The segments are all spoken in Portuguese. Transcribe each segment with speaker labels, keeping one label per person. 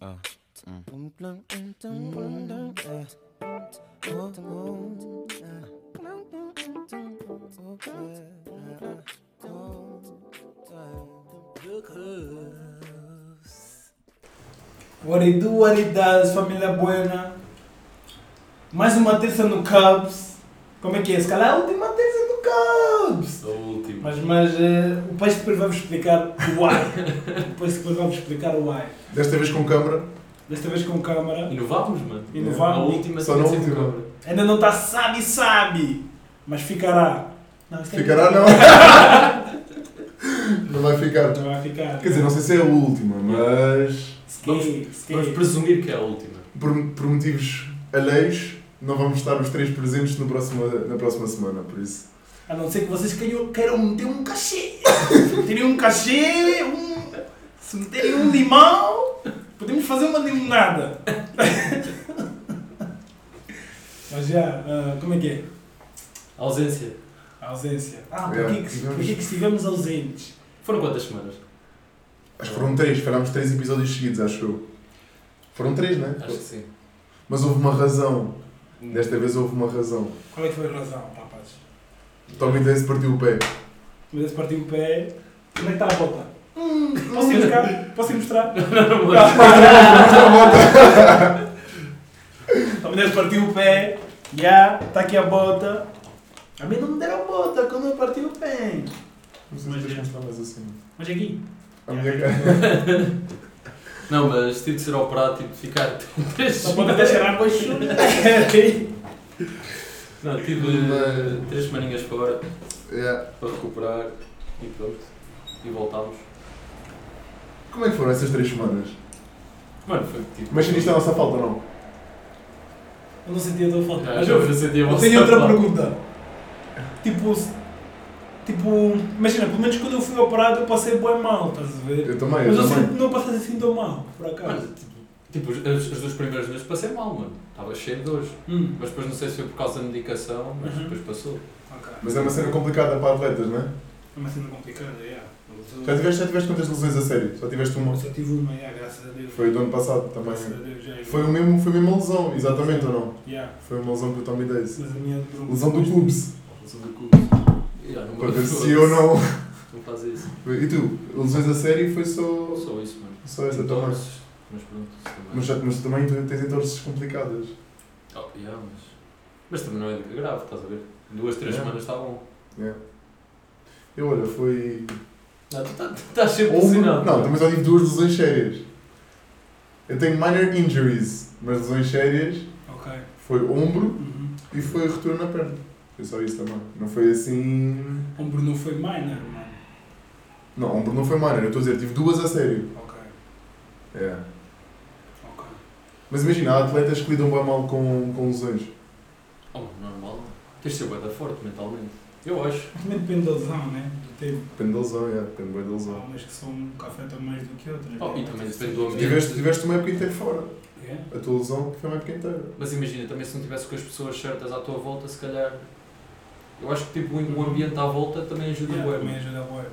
Speaker 1: Ah.
Speaker 2: What it do, what it does, família buena. Mais uma terça no Cubs. Como é que é? Se calhar a última terça no Cubs.
Speaker 3: Sou o último.
Speaker 2: Mas, mas eh, depois depois vamos explicar o why. depois depois vamos explicar o why.
Speaker 4: Desta vez com câmara.
Speaker 2: Desta vez com câmara.
Speaker 3: Inovámos, mano.
Speaker 2: Inovámos.
Speaker 3: A última
Speaker 4: Só na
Speaker 3: tem que ser
Speaker 4: última.
Speaker 3: cobra.
Speaker 2: Ainda não está sabe, sabe. Mas ficará. Não, isto é-
Speaker 4: Ficará não? não vai ficar.
Speaker 2: Não vai ficar.
Speaker 4: Quer dizer, não sei se é a última, mas
Speaker 2: Skate, skate.
Speaker 3: Vamos presumir que é a última.
Speaker 4: por, por motivos alheios não vamos estar os três presentes no próximo, na próxima semana, por isso.
Speaker 2: A não ser que vocês queiram, queiram meter um cachê. Meterem um cachê, um... se meterem um limão, podemos fazer uma limonada. Mas já, ah, como é que é?
Speaker 3: Ausência.
Speaker 2: A ausência. Ah,
Speaker 4: É,
Speaker 2: porquê que,
Speaker 4: tivemos-
Speaker 2: porquê que estivemos ausentes?
Speaker 3: Foram quantas semanas?
Speaker 4: Acho que foram três, falámos três episódios seguidos, acho eu. Foram três, não
Speaker 3: Acho que
Speaker 4: é?
Speaker 3: sim.
Speaker 4: Mas houve uma razão. Desta vez houve uma razão.
Speaker 2: Qual é que foi a razão, rapaz?
Speaker 4: Tommy Dance partiu o pé.
Speaker 2: Mas esse partiu o pé. Como é que está a bota? Hum, posso ir buscar? Posso ir mostrar?
Speaker 3: Não, não, não.
Speaker 2: A mulher partiu o pé, já, está aqui a bota. A mim não me deram bota quando eu parti o pé.
Speaker 4: Não sei se
Speaker 2: Mas é.
Speaker 4: tens mostrar mais assim.
Speaker 2: Mas aqui.
Speaker 4: A minha cara.
Speaker 3: Não, mas tive de ser operado, tive de ficar três
Speaker 2: Só pode até cheirar com chuva.
Speaker 3: Não, tive
Speaker 4: Mas-
Speaker 3: três semaninhas fora
Speaker 2: é.
Speaker 4: Yeah.
Speaker 3: para recuperar e pronto. E voltámos.
Speaker 4: Como é que foram essas três semanas?
Speaker 3: Mano, foi tipo.
Speaker 4: Mas sentiste a nossa falta ou não?
Speaker 2: Eu não sentia tão falta.
Speaker 3: Ah,
Speaker 2: Mas
Speaker 3: já
Speaker 2: eu,
Speaker 3: fazia
Speaker 2: eu
Speaker 3: você
Speaker 2: tenho outra
Speaker 3: falar.
Speaker 2: pergunta. Tipo, se- tipo, imagina, pelo menos quando eu fui operado eu passei bem mal, estás a ver?
Speaker 4: Eu também, eu
Speaker 2: Mas eu sinto
Speaker 4: também.
Speaker 2: que não passei assim tão mal, por acaso.
Speaker 3: Mano, tipo, tipo, as, as duas primeiras vezes passei mal, mano. Estava cheio de dores.
Speaker 2: Hum.
Speaker 3: Mas depois não sei se foi por causa da medicação, mas
Speaker 2: Uhum.
Speaker 3: depois passou.
Speaker 2: Ok.
Speaker 4: Mas é uma cena complicada para atletas, não é?
Speaker 2: É uma cena complicada, é. Eu-
Speaker 4: Já tiveste, já tiveste quantas lesões a sério? Só tiveste uma.
Speaker 2: Eu só tive uma, é, graças a Deus.
Speaker 4: Foi do ano passado
Speaker 2: Graças a
Speaker 4: também.
Speaker 2: Deus, já. é
Speaker 4: Foi, o mesmo, foi a mesma lesão, exatamente ou não?
Speaker 2: Yeah.
Speaker 4: Foi uma lesão que o Tommy Days.
Speaker 2: Mas a minha durou-
Speaker 4: Lesão do clubes.
Speaker 3: Lesão do cu. Yeah, não
Speaker 4: Para
Speaker 3: me-
Speaker 4: ver se eu não.
Speaker 3: Não faz isso.
Speaker 4: E tu? Lesões a sério foi
Speaker 3: Não
Speaker 4: só.
Speaker 3: sou isso, mano.
Speaker 4: Só essa
Speaker 3: Então,
Speaker 4: também.
Speaker 3: Mas mas pronto, isso também.
Speaker 4: Mas, já- mas também tu tens entorses complicadas.
Speaker 3: Oh, yeah, mas... mas também não é de que grave, estás a ver? Duas, três
Speaker 4: Yeah.
Speaker 3: semanas está bom.
Speaker 4: Eu É. olha, foi.
Speaker 3: Não, tu tá- tu estás sempre
Speaker 4: Ou uma-
Speaker 3: assinado.
Speaker 4: Não, também só tive duas lesões sérias. Eu tenho minor injuries, mas lesões sérias
Speaker 2: Ok.
Speaker 4: foi ombro
Speaker 2: Uhum.
Speaker 4: E foi retorno na perna. Foi só isso também. Não foi assim.
Speaker 2: O Bruno foi minor, mano.
Speaker 4: Não, ombro não foi minor. Eu estou a dizer, tive duas a sério.
Speaker 2: Ok.
Speaker 4: É.
Speaker 2: Ok.
Speaker 4: Mas imagina, há atletas que lidam bem mal com, com lesões.
Speaker 3: Oh, normal. Tens de ser bué da forte mentalmente. Eu acho.
Speaker 2: Também depende da lesão, né? Do tempo.
Speaker 4: Depende da lesão, é. Depende bem da
Speaker 2: Há
Speaker 4: lesão.
Speaker 2: umas que são que afetam mais do que outras.
Speaker 3: Oh,
Speaker 2: né?
Speaker 3: e também depende do ambiente.
Speaker 4: Tiveste, tiveste uma época inteira fora.
Speaker 2: É?
Speaker 4: A tua lesão foi uma época inteira.
Speaker 3: Mas imagina, também se não tivesse com as pessoas certas à tua volta, se calhar... Eu acho que tipo, o ambiente à volta também ajuda
Speaker 2: Yeah,
Speaker 3: bué,
Speaker 2: também
Speaker 3: mano.
Speaker 2: ajuda a boa.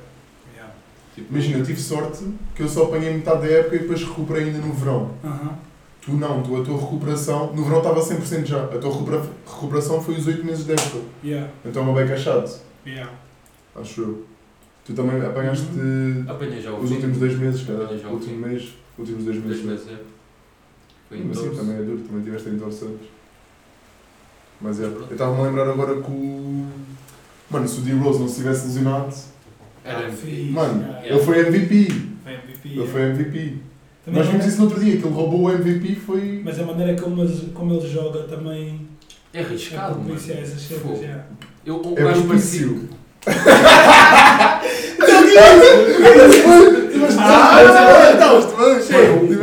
Speaker 2: Yeah.
Speaker 3: Tipo,
Speaker 4: Imagina, eu tive sorte que eu só apanhei metade da época e depois recuperei ainda no verão.
Speaker 2: Aham.
Speaker 4: Tu não, tu a tua recuperação. No verão estava 100% já. A tua recupera- recuperação foi os 8 meses da época.
Speaker 2: Yeah.
Speaker 4: Então é uma beca chato,
Speaker 2: Yeah.
Speaker 4: acho eu. Tu também apanhaste.
Speaker 3: Apanhei já o
Speaker 4: Os
Speaker 3: fim.
Speaker 4: últimos dois meses, cara.
Speaker 3: Olha, já
Speaker 4: O último
Speaker 3: ouvi.
Speaker 4: mês, últimos dois
Speaker 3: Dois
Speaker 4: meses.
Speaker 3: meses, é. Foi em
Speaker 4: Mas sim,
Speaker 3: doze.
Speaker 4: também é duro, também tiveste em torcedores. Mas é,
Speaker 3: Mas pronto.
Speaker 4: eu estava-me a lembrar agora que o. Mano, se o D. Rose não se tivesse lesionado,
Speaker 3: Era
Speaker 2: Ah, fixe,
Speaker 4: Mano,
Speaker 2: yeah.
Speaker 3: Yeah.
Speaker 4: ele foi MVP.
Speaker 2: Foi MVP.
Speaker 4: Ele
Speaker 2: yeah.
Speaker 4: foi MVP.
Speaker 2: Também
Speaker 4: Nós
Speaker 2: não- é?
Speaker 4: vimos isso no outro dia, que ele roubou o MVP foi.
Speaker 2: Mas a maneira como ele, como ele joga também
Speaker 3: É arriscado,
Speaker 2: é
Speaker 3: mano.
Speaker 2: propícia a essas
Speaker 3: Fogo.
Speaker 2: cenas. yeah.
Speaker 3: Eu, um
Speaker 4: É
Speaker 3: gajo parecia.
Speaker 4: propício.
Speaker 2: Ah,
Speaker 3: Mano,
Speaker 4: Tiveste
Speaker 3: o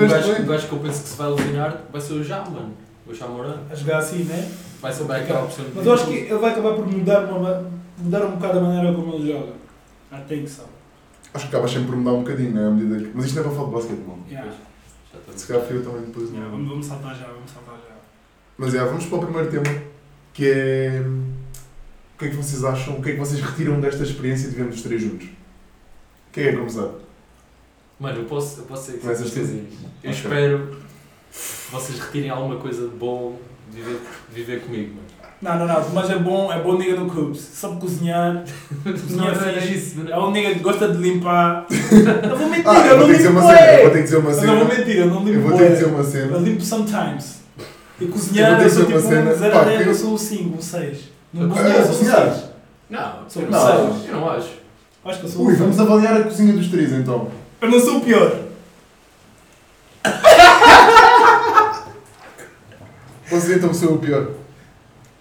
Speaker 3: gajo,
Speaker 4: bem.
Speaker 3: o gajo que eu penso que se vai lesionar vai ser o Já, mano. O Já Moran.
Speaker 2: A jogar assim, né?
Speaker 3: Vai ser vai aquela opção. de-
Speaker 2: Mas eu acho que ele vai acabar por mudar, uma, mudar um bocado a maneira como ele joga. Atenção.
Speaker 4: Acho que acabas sempre por mudar um bocadinho, né? À medida que... Mas isto não é para falar de basquete, mano.
Speaker 2: Yeah.
Speaker 3: Já estamos-
Speaker 4: Se calhar fui eu também depois. né?
Speaker 2: Yeah,
Speaker 4: Não.
Speaker 2: vamos, vamos saltar já, vamos saltar já.
Speaker 4: Mas é, vamos para o primeiro tema, que é. O que é que vocês acham? O que é que vocês retiram desta experiência que tivemos os três juntos? Quem é que começar?
Speaker 3: Mano, eu posso, eu posso ser que
Speaker 4: Começas
Speaker 3: vocês
Speaker 4: tu.
Speaker 3: dizem isto. Eu
Speaker 4: assim. Ok.
Speaker 3: espero que vocês retirem alguma coisa de bom de viver, de viver comigo, mano.
Speaker 2: Não, não, não, mas é bom, é bom nigga do clube. Sabe cozinhar,
Speaker 3: Não
Speaker 2: cozinha
Speaker 3: era
Speaker 2: fixe.
Speaker 3: isso, não
Speaker 2: É
Speaker 3: era-
Speaker 2: um nigga que gosta de limpar. Eu vou mentir,
Speaker 4: Ah,
Speaker 2: eu
Speaker 4: eu
Speaker 2: não
Speaker 4: vou ter que dizer
Speaker 2: limpo
Speaker 4: uma cena, eu
Speaker 2: bué.
Speaker 4: vou ter que dizer uma
Speaker 2: Eu não vou
Speaker 4: cena.
Speaker 2: mentir, eu não
Speaker 4: Eu
Speaker 2: limpo
Speaker 4: vou ter que
Speaker 2: bué.
Speaker 4: dizer uma
Speaker 2: Eu
Speaker 4: cena.
Speaker 2: limpo sometimes. E
Speaker 4: Eu
Speaker 2: cozinhar,
Speaker 4: vou
Speaker 2: eu
Speaker 4: ter que
Speaker 2: sou
Speaker 4: dizer
Speaker 2: tipo
Speaker 4: uma cena.
Speaker 2: um 0
Speaker 4: Pá,
Speaker 2: a 10, eu
Speaker 4: eu-
Speaker 2: sou o 5, um 6. No
Speaker 3: Eu-
Speaker 2: cozinhar
Speaker 4: eu-
Speaker 2: eu sou um 6.
Speaker 4: cozinhar.
Speaker 3: Não,
Speaker 2: Sou
Speaker 3: eu
Speaker 2: um
Speaker 3: não
Speaker 4: sei.
Speaker 3: acho.
Speaker 2: 6.
Speaker 3: Eu não acho.
Speaker 2: Acho que eu sou
Speaker 4: Ui,
Speaker 2: um
Speaker 4: vamos
Speaker 2: 6.
Speaker 4: avaliar a cozinha dos três então.
Speaker 2: Eu não sou o pior.
Speaker 4: Você então sou o pior.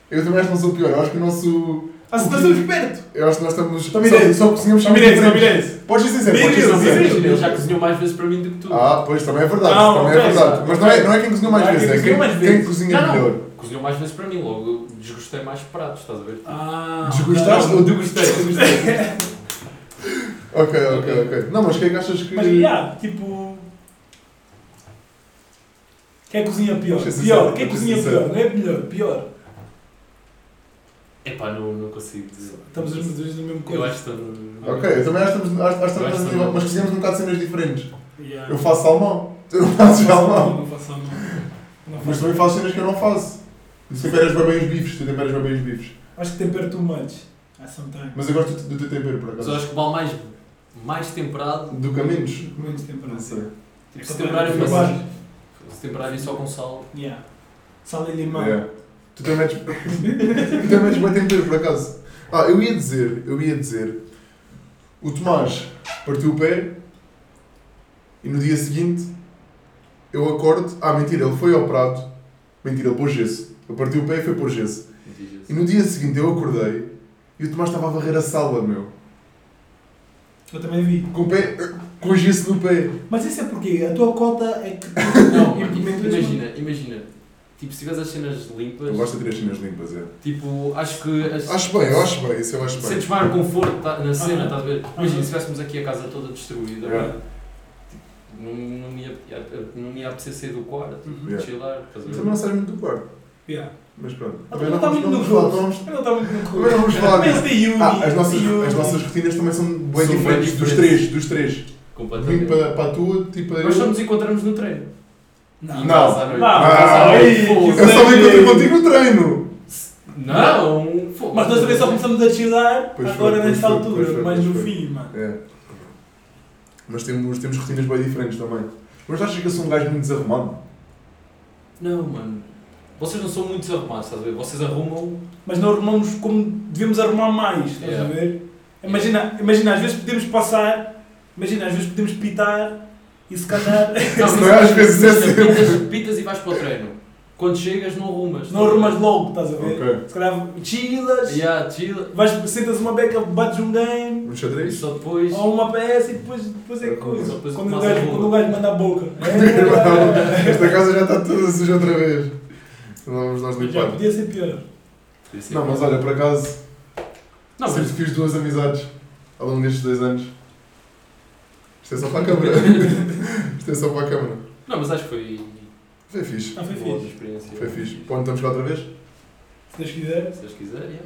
Speaker 4: Eu também acho que não sou o pior. Eu acho que o nosso.
Speaker 2: Assim, nós estamos perto.
Speaker 4: Eu acho que nós estamos.
Speaker 2: Toma ideia.
Speaker 4: Só, só cozinhamos só
Speaker 2: Chamirez,
Speaker 4: diferentes.
Speaker 2: Chamirez.
Speaker 4: Podes ser sincero, podes ser
Speaker 2: Diz,
Speaker 4: sincero.
Speaker 2: diz.
Speaker 3: Imagina, ele já cozinhou mais vezes para mim do que tu.
Speaker 4: Ah, pois também é verdade.
Speaker 2: Não,
Speaker 4: também
Speaker 2: não
Speaker 4: é
Speaker 2: é
Speaker 4: verdade.
Speaker 2: isso.
Speaker 4: Mas não é, não é quem cozinhou mais
Speaker 2: Não é
Speaker 4: vezes,
Speaker 2: quem
Speaker 4: é quem,
Speaker 2: cozinhou mais
Speaker 4: quem
Speaker 2: vezes.
Speaker 4: cozinha
Speaker 3: Não, não.
Speaker 4: melhor.
Speaker 3: Cozinhou mais vezes para mim, logo eu desgostei mais de pratos, estás a ver?
Speaker 2: Ah,
Speaker 4: Desgostaste
Speaker 2: não.
Speaker 4: ou
Speaker 3: Degostei, degostei.
Speaker 4: Ok, ok, ok. Não, mas quem é que achas que.
Speaker 2: Mas, yeah, tipo... Quem cozinha pior?
Speaker 4: Deixa eu ser
Speaker 2: Pior,
Speaker 4: sincero,
Speaker 2: quem
Speaker 4: deixa eu ser
Speaker 2: cozinha
Speaker 4: sincero.
Speaker 2: pior? Não é melhor, pior.
Speaker 3: Epá, não, não consigo dizer.
Speaker 2: Estamos os dois no mesmo
Speaker 3: Eu
Speaker 2: corpo.
Speaker 3: acho que estou.
Speaker 4: Ok, então- eu também acho que estamos, acho, acho que
Speaker 3: Eu acho
Speaker 4: estamos
Speaker 3: que
Speaker 4: nesse nível,
Speaker 3: não.
Speaker 4: mas cozinhamos um bocado de cenas diferentes.
Speaker 2: Yeah.
Speaker 4: Eu faço salmão, tu não fazes salmão.
Speaker 2: Não faço a mão. Não
Speaker 4: Mas
Speaker 2: faço a
Speaker 4: também
Speaker 2: mão.
Speaker 4: faço cenas que eu não faço. Tu temperas bem bem os bifes, tu temperas bem bem os bifes.
Speaker 2: Acho que tempero too much. At sometimes.
Speaker 4: Mas eu gosto do do teu tempero, por
Speaker 3: Mas eu
Speaker 4: acaso.
Speaker 3: acho que o mal mais, mais temperado,
Speaker 4: Do Caminhos?
Speaker 2: é Menos tempero.
Speaker 4: é Não sei.
Speaker 3: tipo,
Speaker 2: Só
Speaker 3: se temperarem
Speaker 2: para
Speaker 3: só,
Speaker 2: preparar.
Speaker 3: se temperarem só com sal.
Speaker 2: Yeah. Sal e limão.
Speaker 4: Yeah. É. Tu também metes, tu também metes bem tempero, por acaso. Ah, eu ia dizer, eu ia dizer, o Tomás partiu o pé e no dia seguinte eu acordo, ah mentira, ele foi ao prato, mentira, ele pôs gesso. Eu parti o pé e foi pôr gesso. E no dia seguinte eu acordei e o Tomás estava a varrer a sala, meu.
Speaker 2: Eu também vi.
Speaker 4: Com o pé, com gesso no pé.
Speaker 2: Mas isso é porque a tua cota é que.
Speaker 3: Não, mano,
Speaker 2: Implementas-
Speaker 3: imagina, imagina. Tipo, se tiveres as cenas limpas,
Speaker 4: Eu gosto de ter as cenas limpas, é.
Speaker 3: tipo, acho que. As,
Speaker 4: Acho bem, eu acho bem, isso eu acho bem.
Speaker 3: Sentes mais conforto tá- na
Speaker 2: Aham.
Speaker 3: cena, estás a ver? Imagina,
Speaker 2: Aham.
Speaker 3: se tivéssemos aqui a casa toda destruída,
Speaker 4: Yeah.
Speaker 3: mano, tipo, não, não, me ia, não me ia apetecer sair do quarto,
Speaker 2: Uhum.
Speaker 4: Yeah.
Speaker 3: chilar, estás a
Speaker 4: Também
Speaker 3: ver?
Speaker 4: não sai muito do quarto,
Speaker 2: Yeah.
Speaker 4: mas pronto.
Speaker 2: Ah, não está muito no
Speaker 4: vamos falar- não
Speaker 2: clube.
Speaker 4: vamos-
Speaker 2: Eu não está muito no
Speaker 4: Também
Speaker 2: clube.
Speaker 4: não vamos falar disso.
Speaker 2: Mas de Yuri.
Speaker 4: Ah, as nossas,
Speaker 2: de Yuri.
Speaker 4: as nossas rotinas também são bem
Speaker 3: São bem
Speaker 4: diferentes dos
Speaker 3: diferentes.
Speaker 4: três, dos três. Vim
Speaker 3: Completamente.
Speaker 4: para, para a tua, tipo para
Speaker 3: Nós só
Speaker 4: eu.
Speaker 3: nos encontramos no treino.
Speaker 2: Não.
Speaker 3: E em
Speaker 4: Não.
Speaker 3: casa à noite.
Speaker 2: Vá,
Speaker 3: Em casa à
Speaker 4: Ah,
Speaker 3: noite,
Speaker 2: aí,
Speaker 3: fogo.
Speaker 4: Eu só me encontrei contigo no treino!
Speaker 3: Não! fogo.
Speaker 2: Mas nós também só começamos a chilar
Speaker 4: Pois foi,
Speaker 2: agora
Speaker 4: pois
Speaker 2: nesta
Speaker 4: foi, pois
Speaker 2: altura,
Speaker 4: foi,
Speaker 2: mais
Speaker 4: pois
Speaker 2: no
Speaker 4: foi.
Speaker 2: fim, mano.
Speaker 4: É. Mas temos, temos rotinas bem diferentes também. Mas tu achas que eu sou um gajo muito desarrumado?
Speaker 3: Não, mano. Vocês não são muito desarrumados, estás a ver? Vocês arrumam.
Speaker 2: Mas não arrumamos como devemos arrumar mais, estás
Speaker 3: Yeah.
Speaker 2: a ver? Imagina, imagina, às vezes podemos passar, imagina, às vezes podemos pitar e se calhar.
Speaker 4: não é às vezes, é
Speaker 3: imagina,
Speaker 4: sempre.
Speaker 3: pitas, pitas e vais para o treino. Quando chegas, não arrumas.
Speaker 2: não arrumas logo, estás a ver?
Speaker 4: Ok.
Speaker 2: Se calhar chilas,
Speaker 3: Yeah, chila.
Speaker 2: vais, sentas uma beca, bates um game,
Speaker 4: Um xadrez?
Speaker 3: Só depois.
Speaker 2: ou uma PS e depois, depois é coisa.
Speaker 3: Depois
Speaker 2: quando, o
Speaker 3: começa a
Speaker 2: gajo,
Speaker 3: boca.
Speaker 2: quando um o gajo manda a boca.
Speaker 4: Esta é casa já está toda suja outra vez. Vamos nós
Speaker 2: Já
Speaker 4: limpar.
Speaker 2: podia ser pior.
Speaker 3: Podia ser
Speaker 4: Não,
Speaker 3: pior.
Speaker 4: mas olha, por acaso,
Speaker 3: é Não,
Speaker 4: sempre
Speaker 3: mas.
Speaker 4: fiz duas amizades ao longo destes dois anos. Isto é só para a câmara. Isto é só para a câmara.
Speaker 3: Não, mas acho que foi.
Speaker 4: Foi fixe.
Speaker 2: Ah, foi
Speaker 3: uma boa
Speaker 2: fixe.
Speaker 3: experiência.
Speaker 4: Foi fixe. Para onde estamos cá outra vez?
Speaker 2: Se Deus quiser,
Speaker 3: Se Deus quiser, yeah.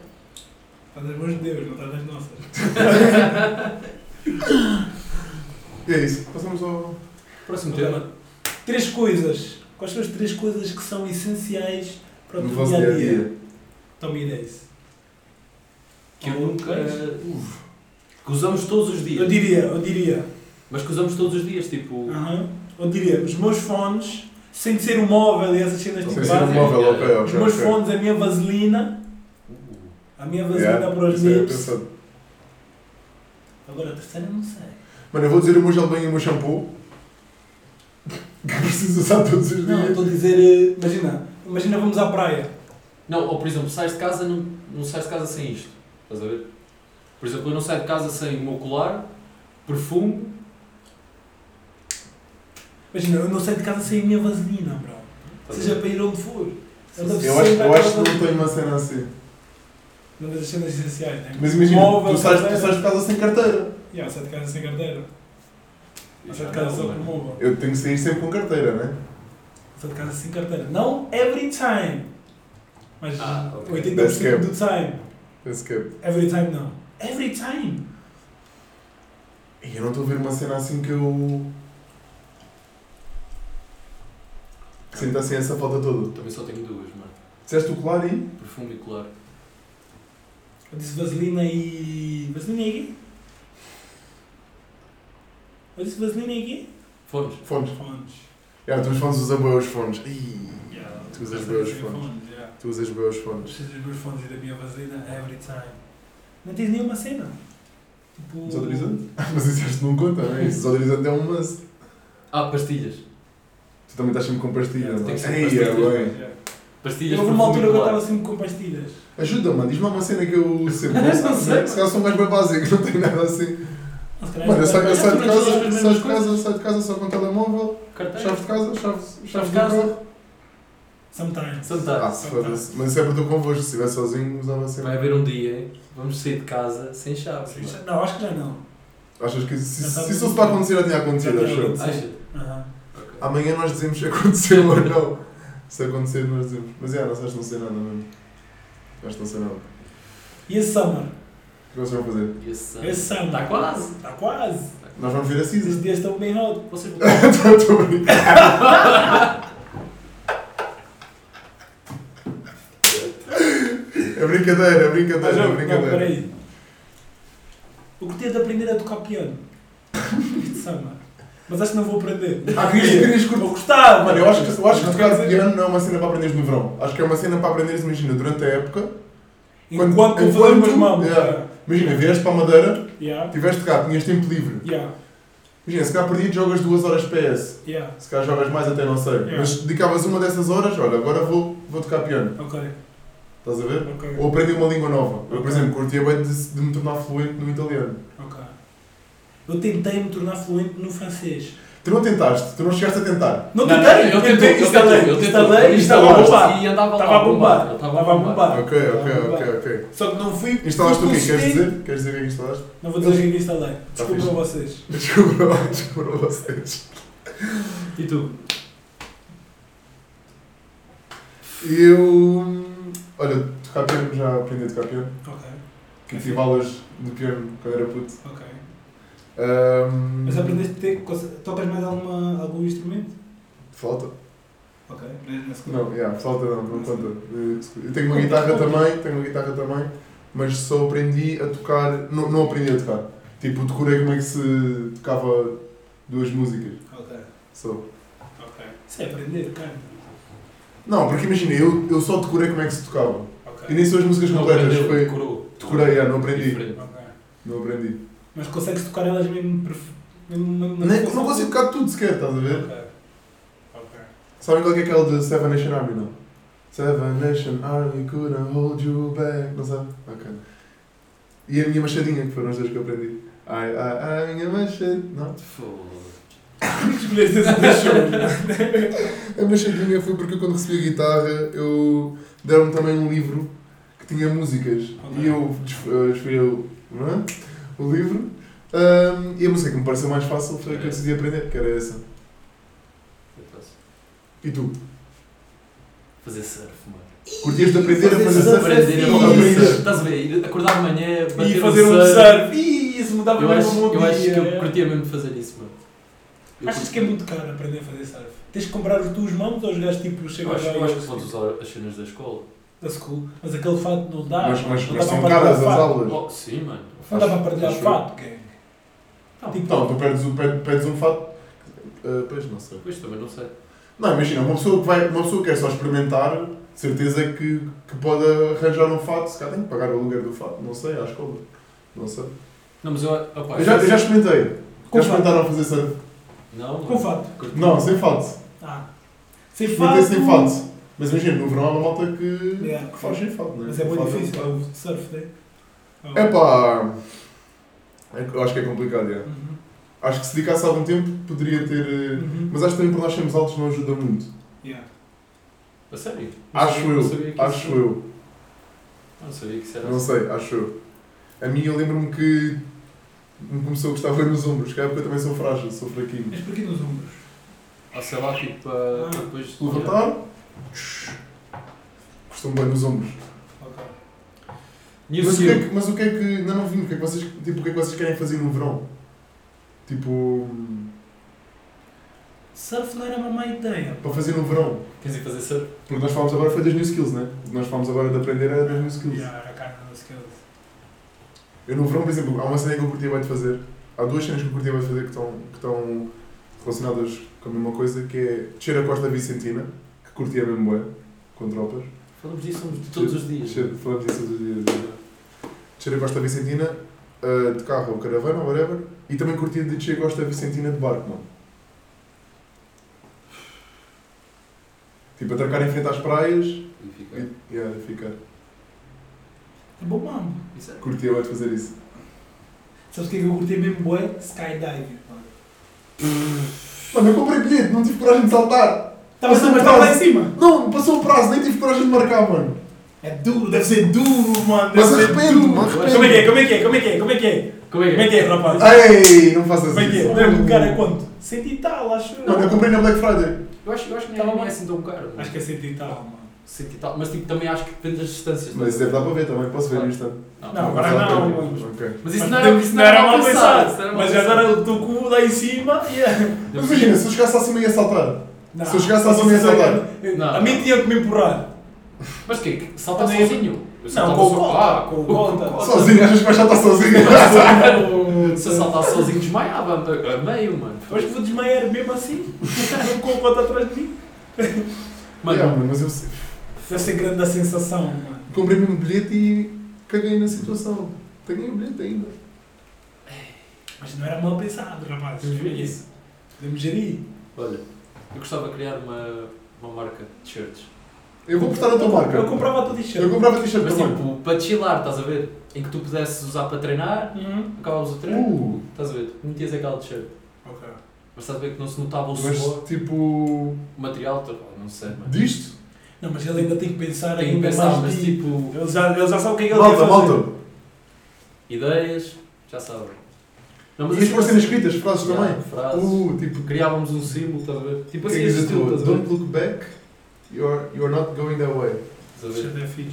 Speaker 2: está nas mãos de Deus, não está nas nossas.
Speaker 4: E é isso. Passamos ao.
Speaker 3: Próximo
Speaker 2: Ok.
Speaker 3: tema.
Speaker 2: Três coisas. Quais são as três coisas que são essenciais para o
Speaker 4: No
Speaker 2: teu
Speaker 4: vosso
Speaker 2: dia
Speaker 4: dia
Speaker 2: a
Speaker 4: a
Speaker 2: dia?
Speaker 4: dia.
Speaker 2: Tommy Days.
Speaker 3: Que eu
Speaker 2: Ou
Speaker 3: nunca.
Speaker 2: três?
Speaker 3: Que usamos todos os dias.
Speaker 2: Ah, Eu diria, eu diria.
Speaker 3: Mas que usamos todos os dias, tipo.
Speaker 2: Aham. Eu diria, os meus fones, sem ser o móvel e essas cenas tipo
Speaker 4: Sem
Speaker 3: Sem
Speaker 4: ser
Speaker 3: ser
Speaker 4: um
Speaker 2: básicas.
Speaker 3: móvel,
Speaker 4: móvel, ok,
Speaker 2: Os
Speaker 4: ok.
Speaker 2: meus
Speaker 4: ok.
Speaker 2: fones, a minha vaselina,
Speaker 3: Uh.
Speaker 2: a minha vaselina
Speaker 4: Yeah,
Speaker 2: para os
Speaker 4: isso é
Speaker 2: lips.
Speaker 4: pensado.
Speaker 2: Agora a terceira não sei.
Speaker 4: Mano, eu vou dizer o meu gel de banho e o meu shampoo. Que preciso usar todos os
Speaker 2: Não,
Speaker 4: dias.
Speaker 2: estou a dizer, eh, imagina, imagina vamos à praia.
Speaker 3: Não, ou por exemplo, sais de casa, não, não sais de casa sem isto. Estás a ver? Por exemplo, eu não saio de casa sem o meu colar, perfume.
Speaker 2: Imagina, eu não saio de casa sem a minha vaselina, bro.
Speaker 4: Tá
Speaker 3: estás a
Speaker 2: Seja
Speaker 3: ver?
Speaker 2: para ir onde for.
Speaker 3: Sim,
Speaker 2: devo
Speaker 4: Eu acho,
Speaker 2: sempre
Speaker 4: eu acho que
Speaker 2: aquela-
Speaker 4: não tenho uma cena assim.
Speaker 2: Uma das cenas essenciais, né?
Speaker 4: Mas imagina,
Speaker 2: Móvel,
Speaker 4: tu sais, tu
Speaker 2: carteira.
Speaker 4: sais de casa sem carteira.
Speaker 2: Yeah, eu saio de casa sem carteira. Eu saio de
Speaker 3: Não,
Speaker 2: casa
Speaker 4: né?
Speaker 2: só por
Speaker 3: mano.
Speaker 2: móvel.
Speaker 4: Eu tenho que sair sempre com carteira, né?
Speaker 2: Só de casa sem carteira. Não every time. Mas
Speaker 3: Ah, ok.
Speaker 2: 80% do time.
Speaker 4: Esse que é.
Speaker 2: Every time não. Every time.
Speaker 4: E eu não estou a ver uma cena assim que eu. sentassem assim essa falta toda.
Speaker 3: Também só tenho duas, mano.
Speaker 4: Disseste o colar e.
Speaker 3: Perfume e colar.
Speaker 2: Eu disse vaselina e. Vaselina e aqui? Eu disse vaselina e aqui?
Speaker 3: Fones.
Speaker 4: Fones.
Speaker 2: Fones.
Speaker 4: Já, tu os fones usa bem os fones. Ih,
Speaker 2: Yeah.
Speaker 4: Tu usas bué os fones.
Speaker 2: yeah.
Speaker 4: tu usas bem os fones.
Speaker 2: Preciso dos meus fones e da minha vaselina every time. Não tens nenhuma cena. Tipo.
Speaker 4: Desodorizante? Mas isso acho que não conta, não é? Isso desodorizante é um must.
Speaker 3: Ah, pastilhas.
Speaker 4: Tu também estás sempre com pastilha,
Speaker 2: Yeah,
Speaker 4: não
Speaker 3: tem
Speaker 4: é?
Speaker 3: que ser
Speaker 4: Ei,
Speaker 3: pastilha.
Speaker 4: é bem.
Speaker 2: Yeah.
Speaker 3: Pastilhas,
Speaker 2: Eu houve uma altura
Speaker 3: perfume e
Speaker 2: que eu estava
Speaker 3: colar.
Speaker 2: sempre com pastilhas.
Speaker 4: Ajuda, mano. Diz-me uma cena que eu sempre
Speaker 2: Não sei.
Speaker 4: Se calhar sou mais bem básico, não tenho nada assim.
Speaker 2: Ah, se calhar
Speaker 4: Mano, eu saio, eu
Speaker 2: era-
Speaker 4: saio de
Speaker 3: Mas tu não
Speaker 4: casa,
Speaker 3: usas as
Speaker 4: saio de
Speaker 3: mesmas
Speaker 4: casa, saio de casa só com telemóvel,
Speaker 3: Carteira.
Speaker 4: chave de casa, chave, chave
Speaker 2: Chave
Speaker 4: do
Speaker 2: de casa.
Speaker 4: carro.
Speaker 2: Sometimes.
Speaker 3: Santar.
Speaker 4: Ah, se foda-se. Mas sempre estou convosco. Se estiver sozinho, usava
Speaker 3: tá. Vai
Speaker 4: sempre.
Speaker 3: haver um dia, hein? Vamos sair de casa sem chaves.
Speaker 2: Sim,
Speaker 3: mano.
Speaker 2: já- Não, acho que já não.
Speaker 4: Achas que se,
Speaker 2: Já
Speaker 4: se,
Speaker 2: sabe
Speaker 4: se
Speaker 2: tudo.
Speaker 4: isso fosse para acontecer, já tinha acontecido,
Speaker 2: Já
Speaker 4: acho
Speaker 2: tinha
Speaker 4: eu.
Speaker 2: acontecido.
Speaker 3: Acha?
Speaker 2: Aham.
Speaker 4: Amanhã nós dizemos se aconteceu ou não. Se acontecer, nós dizemos. Mas é, nós acho que não sei nada mesmo. Acho que não sei nada. O
Speaker 2: E esse summer?
Speaker 4: que vocês vão fazer?
Speaker 3: Esse-
Speaker 2: Esse summer.
Speaker 3: Está Tá quase. Tá
Speaker 2: Está Tá. quase.
Speaker 4: Nós vamos ver a É Cisa.
Speaker 2: Esses dias estão bem hot.
Speaker 3: Vocês vão.
Speaker 4: Estou a brincar. É brincadeira, é
Speaker 2: Mas
Speaker 4: brincadeira, é
Speaker 2: não, não,
Speaker 4: brincadeira.
Speaker 2: peraí. Eu gostaria de aprender a tocar piano. Este summer. Mas acho que não vou aprender.
Speaker 4: Ah, querias, querias
Speaker 2: Eu
Speaker 4: curtir.
Speaker 2: gostava.
Speaker 4: Mano, eu acho que, eu acho que
Speaker 2: Mas
Speaker 4: tocar
Speaker 2: quer dizer,
Speaker 4: piano não é uma cena para aprenderes no verão. Acho que é uma cena para aprenderes, imagina, durante a época.
Speaker 2: Enquanto eu vou fazer
Speaker 4: enquanto-
Speaker 2: umas mãos.
Speaker 4: Yeah. Imagina, vieste para a Madeira,
Speaker 2: Yeah.
Speaker 4: tiveste cá, tinhas tempo livre.
Speaker 2: Yeah.
Speaker 4: Imagina, se cá perdido jogas duas horas PS.
Speaker 2: Yeah.
Speaker 4: Se cá jogas mais até não sei.
Speaker 2: Yeah.
Speaker 4: Mas dedicavas uma dessas horas, olha, agora vou, vou tocar piano.
Speaker 2: Ok.
Speaker 4: Estás a ver?
Speaker 2: Ok.
Speaker 4: Ou aprender uma língua nova. Eu, por
Speaker 2: Ok.
Speaker 4: exemplo, curtia bem de, de me tornar fluente no italiano.
Speaker 2: Ok. Eu tentei me tornar fluente no francês.
Speaker 4: Tu não tentaste, tu não chegaste a tentar.
Speaker 2: Não
Speaker 3: Não,
Speaker 2: tentei,
Speaker 3: não, eu
Speaker 2: tentei,
Speaker 3: tento, eu
Speaker 2: instalei,
Speaker 3: tento, eu tento.
Speaker 2: instalei,
Speaker 3: Instalaste
Speaker 2: instalei, a bombar.
Speaker 3: e andava lá,
Speaker 2: Estava a bombar,
Speaker 3: bombar, estava
Speaker 2: estava
Speaker 3: a
Speaker 2: a
Speaker 3: bombar.
Speaker 2: bombar.
Speaker 4: Ok, ok,
Speaker 2: Estava a bombar.
Speaker 4: ok, ok.
Speaker 2: Só que não fui.
Speaker 4: Instalaste o
Speaker 2: fui
Speaker 4: quê? Queres
Speaker 2: consistente.
Speaker 4: dizer? Queres dizer o que é que instalaste?
Speaker 2: Não vou dizer o que é que instalei. Desculpa
Speaker 4: fixe.
Speaker 2: a vocês.
Speaker 4: Descobram, descobram vocês.
Speaker 3: E tu?
Speaker 4: Eu. Olha, tocar piano, já aprendi a tocar piano.
Speaker 2: Ok,
Speaker 4: Que tive aulas de piano quando era puto.
Speaker 2: ok.
Speaker 4: Ahm,
Speaker 2: Mas aprendeste a ter. conse- Tocas mais alguma, algum instrumento?
Speaker 4: Flauta?
Speaker 2: Ok, aprendeste na segunda.
Speaker 4: Não, yeah, flauta não, não conta. Eh, Eu tenho uma guitarra também, tenho uma guitarra também, mas só aprendi a tocar. Não, não aprendi a tocar. Tipo, decorei como é que se tocava duas músicas.
Speaker 2: Ok,
Speaker 4: Só.
Speaker 2: ok. Isso é aprender, cara.
Speaker 4: Não, porque imagina, eu, eu só decorei como é que se tocava. E
Speaker 2: Ok.
Speaker 4: nem sou as músicas
Speaker 3: Não
Speaker 4: completas,
Speaker 3: aprendeu,
Speaker 4: foi.
Speaker 3: decorou.
Speaker 4: Decorei, ah, não aprendi.
Speaker 3: Diferente.
Speaker 2: Ok.
Speaker 4: Não aprendi.
Speaker 2: Mas consegues tocar elas mesmo. perfe- mesmo- mesmo-
Speaker 4: Nem, não consigo tocar tudo sequer, estás a ver?
Speaker 2: Ok. Ok.
Speaker 4: Sabem qual que é aquele de Seven Nation Army, não? Seven Nation Army couldn't hold you back. Não sabe? Ok. E a minha machadinha, que foram as duas que eu aprendi. Ai, ai, ai, a minha machadinha. Não?
Speaker 3: Foda-se.
Speaker 2: Escolheste esse deixou.
Speaker 4: A machadinha foi porque eu, quando recebi a guitarra, eu deram-me também um livro que tinha músicas.
Speaker 2: Ok.
Speaker 4: E eu desf- eh, escolhi o, não é? o livro. ahm, e a música que me pareceu mais fácil foi a que eu decidi aprender, que era essa. E tu?
Speaker 3: Fazer surf, mano.
Speaker 4: Curtias de aprender a
Speaker 2: Fazer
Speaker 4: fazer surf?
Speaker 2: surf.
Speaker 3: Aprender a
Speaker 4: surf.
Speaker 3: fazer
Speaker 4: Isso.
Speaker 3: surf. Estás a ver? Ir- Acordar de manhã, bater
Speaker 2: E
Speaker 3: no
Speaker 2: fazer um surf. Ih, isso mudava
Speaker 3: Eu
Speaker 2: mesmo
Speaker 3: acho,
Speaker 2: o meu
Speaker 3: eu
Speaker 2: um dia. é.
Speaker 3: acho que eu curtia mesmo de fazer isso, mano. Eu
Speaker 2: Achas
Speaker 3: curti-
Speaker 2: que é muito caro aprender a fazer surf? Tens que comprar os tuas mãos ou os gajos tipo chegam
Speaker 3: Eu acho,
Speaker 2: lá
Speaker 3: eu
Speaker 2: e-
Speaker 3: acho que podes usar as cenas da escola.
Speaker 2: da school, mas aquele fato não dá.
Speaker 4: Mas, mas,
Speaker 2: não
Speaker 4: mas
Speaker 2: dá
Speaker 4: são
Speaker 2: para partilhar
Speaker 4: caras as
Speaker 2: fato.
Speaker 4: aulas.
Speaker 3: Oh, sim, mano.
Speaker 2: Não dá para
Speaker 4: Acho-
Speaker 2: partilhar
Speaker 4: acho
Speaker 2: fato, gang.
Speaker 3: Não.
Speaker 2: Tipo,
Speaker 4: Então, tu perdes, um- per- perdes um fato. Ah, pois, não sei.
Speaker 3: Pois também não sei.
Speaker 4: Não, imagina, uma pessoa que, vai, uma pessoa que quer só experimentar, de certeza que, que pode arranjar um fato. Se calhar tem que pagar o aluguel do fato, não sei, à escola. Não sei.
Speaker 3: Não, mas eu. Opa,
Speaker 4: Eu já, eu já experimentei.
Speaker 2: com
Speaker 4: Já
Speaker 2: fato.
Speaker 4: experimentaram fazer surf?
Speaker 3: Não, mano.
Speaker 2: Com fato.
Speaker 3: Curti-
Speaker 4: Não, sem fato.
Speaker 2: Ah. Sem
Speaker 4: Experimentei
Speaker 2: fato.
Speaker 4: sem fato. Mas imagina, no verão há uma malta que,
Speaker 2: Yeah.
Speaker 4: que faz sem fato, não é?
Speaker 2: Mas é muito
Speaker 4: Fato um
Speaker 2: difícil
Speaker 4: fato.
Speaker 2: o surf, né?
Speaker 4: É pá. Eu acho que é complicado, é.
Speaker 2: Uhum.
Speaker 4: Acho que se dedicasse algum tempo poderia ter. eh,
Speaker 2: Uhum.
Speaker 4: Mas acho que também por nós sermos altos não ajuda muito.
Speaker 2: Yeah.
Speaker 3: A sério?
Speaker 4: Acho
Speaker 3: Não sabia que
Speaker 4: eu,
Speaker 3: isso-
Speaker 4: acho eu.
Speaker 3: Não sabia que isso era
Speaker 4: Não sei, acho eu. A mim eu lembro-me que me começou a gostar bem nos ombros, que é porque eu também sou frágil, sou fraquinho.
Speaker 2: Mas porquê nos ombros?
Speaker 3: Ah, sei lá, tipo, para
Speaker 2: Ah.
Speaker 3: depois.
Speaker 4: Levantar, costumo bem nos ombros.
Speaker 2: Ok.
Speaker 3: New
Speaker 4: Mas o, que é
Speaker 3: Seal.
Speaker 4: que, mas o que é que. Ainda não vimos, o que é que vocês, tipo, o que é que vocês querem fazer no verão? Tipo.
Speaker 2: Surf não era uma má ideia.
Speaker 4: Para fazer no verão.
Speaker 3: Queres ir fazer surf?
Speaker 4: Porque nós falámos agora foi das new skills, né? O que nós falámos agora de aprender era das new É skills.
Speaker 2: Yeah, era a carne dos skills.
Speaker 4: Eu no verão, por exemplo, há uma cena que eu curtia bem de fazer. Há duas cenas que eu curtia bem de fazer que estão, que estão relacionadas com a mesma coisa, que é descer a costa vicentina, que curtia mesmo bem, com tropas.
Speaker 3: Falamos disso todos os dias.
Speaker 4: Descer, falamos disso todos os dias. né? Descer a costa vicentina ah, de carro ou caravana ou whatever. E também curtia de descer a costa vicentina de barco, mano. Tipo, atracar em frente às praias
Speaker 3: E fica.
Speaker 4: e yeah, ficar.
Speaker 2: É bom, mano.
Speaker 3: Isso é-
Speaker 4: Curtia bem de fazer isso.
Speaker 2: Sabes o que é que eu curti mesmo, boé? Skydiving, mano.
Speaker 4: Mano, eu comprei bilhete, não tive coragem de saltar.
Speaker 2: Tava
Speaker 4: Mas então, não
Speaker 2: mas estava lá em
Speaker 4: faz.
Speaker 2: cima.
Speaker 4: Não, passou o prazo, nem tive coragem de marcar, mano.
Speaker 2: É duro, deve ser duro, mano. Deve
Speaker 4: Mas
Speaker 2: ser
Speaker 4: arrependo,
Speaker 2: duro.
Speaker 4: me arrependo.
Speaker 2: Como é que é? Como é que é? Como é que é? Como é que é?
Speaker 3: Como é
Speaker 2: Como é
Speaker 3: que
Speaker 2: que é, rapaz?
Speaker 4: Ei, não é faças
Speaker 2: Como é que
Speaker 4: isso.
Speaker 2: é? Lembro, cara, é quanto? Cento e tal, acho eu.
Speaker 4: Mano, eu comprei na Black Friday.
Speaker 3: Eu acho, eu acho que nem,
Speaker 2: Tava
Speaker 3: nem é
Speaker 2: bem.
Speaker 3: assim tão caro.
Speaker 2: Acho que é cento e tal, mano.
Speaker 3: Cento e tal. Mas tipo, também acho que depende das distâncias. é?
Speaker 4: Mas isso deve dar para ver também, posso ver no instante.
Speaker 3: Não,
Speaker 2: Não, agora
Speaker 4: Mas,
Speaker 2: não,
Speaker 4: ok,
Speaker 2: mano.
Speaker 4: ok.
Speaker 3: Mas isso
Speaker 2: Mas
Speaker 3: não era, isso não era mal pensado. isso era mal
Speaker 2: Mas
Speaker 3: pensado.
Speaker 2: agora o teu cu lá em cima. yeah.
Speaker 4: Mas imagina, se eu chegasse acima ia saltar.
Speaker 2: Não,
Speaker 4: Se eu chegasse à zona, ia saltar.
Speaker 2: eu-
Speaker 3: Não.
Speaker 2: A mim tinha que me empurrar.
Speaker 3: Mas o quê? Salta
Speaker 2: Também-
Speaker 3: sozinho? Eu
Speaker 2: Não,
Speaker 3: saltava
Speaker 2: com o
Speaker 3: sozinho.
Speaker 2: cota.
Speaker 3: Ah,
Speaker 2: Com o cota.
Speaker 4: Sozinho, achas que vais saltar sozinho?
Speaker 3: Se eu saltasse sozinho desmaiava a a meio, ah, mano.
Speaker 2: Hoje vou desmaiar mesmo assim. Com o cota atrás de mim.
Speaker 3: Mano,
Speaker 4: Yeah, mano, mas eu sei.
Speaker 2: Deve ser grande a sensação, mano.
Speaker 4: comprei mesmo um bilhete e caguei na situação. Tenho o bilhete ainda.
Speaker 2: Mas não era mal pensado, rapaz.
Speaker 3: Podemos ver isso.
Speaker 2: Podemos gerir.
Speaker 3: olha, eu gostava de criar uma, uma marca de shirts.
Speaker 4: Eu vou portar a tua marca.
Speaker 2: Eu comprava a tua
Speaker 4: Eu
Speaker 2: t-shirt.
Speaker 4: comprava t-shirt
Speaker 3: Mas
Speaker 4: também.
Speaker 3: tipo, para chilar, estás a ver? Em que tu pudesses usar para treinar,
Speaker 2: Uhum.
Speaker 3: acabavas o treino,
Speaker 4: Uh,
Speaker 3: estás a ver? Metias aquela de shirt.
Speaker 2: Ok.
Speaker 3: Mas estás a ver que não se notava o suor,
Speaker 4: mas tipo.
Speaker 3: o material, tu- não sei, mano.
Speaker 4: Disto?
Speaker 2: Não, mas ele ainda tem que pensar
Speaker 3: Tenho que
Speaker 2: ainda
Speaker 3: pensar,
Speaker 2: mais
Speaker 3: mas
Speaker 2: de-
Speaker 3: tipo,
Speaker 2: Ele já, ele já sabe o que é que ele
Speaker 4: Malta,
Speaker 2: quer fazer.
Speaker 4: malta.
Speaker 3: ideias, já sabem. Não,
Speaker 4: E as
Speaker 3: assim-
Speaker 4: foram sendo escritas, frases
Speaker 3: Yeah,
Speaker 4: também.
Speaker 3: Frases.
Speaker 4: Uh, tipo,
Speaker 2: é
Speaker 3: Criávamos um símbolo, estás a ver? Tipo
Speaker 4: Tipo assim,
Speaker 3: assim, este estilo, estás a ver?
Speaker 4: Don't look back, you're, you're not going that way.
Speaker 3: Estás a ver?
Speaker 2: T-shirt é fixe.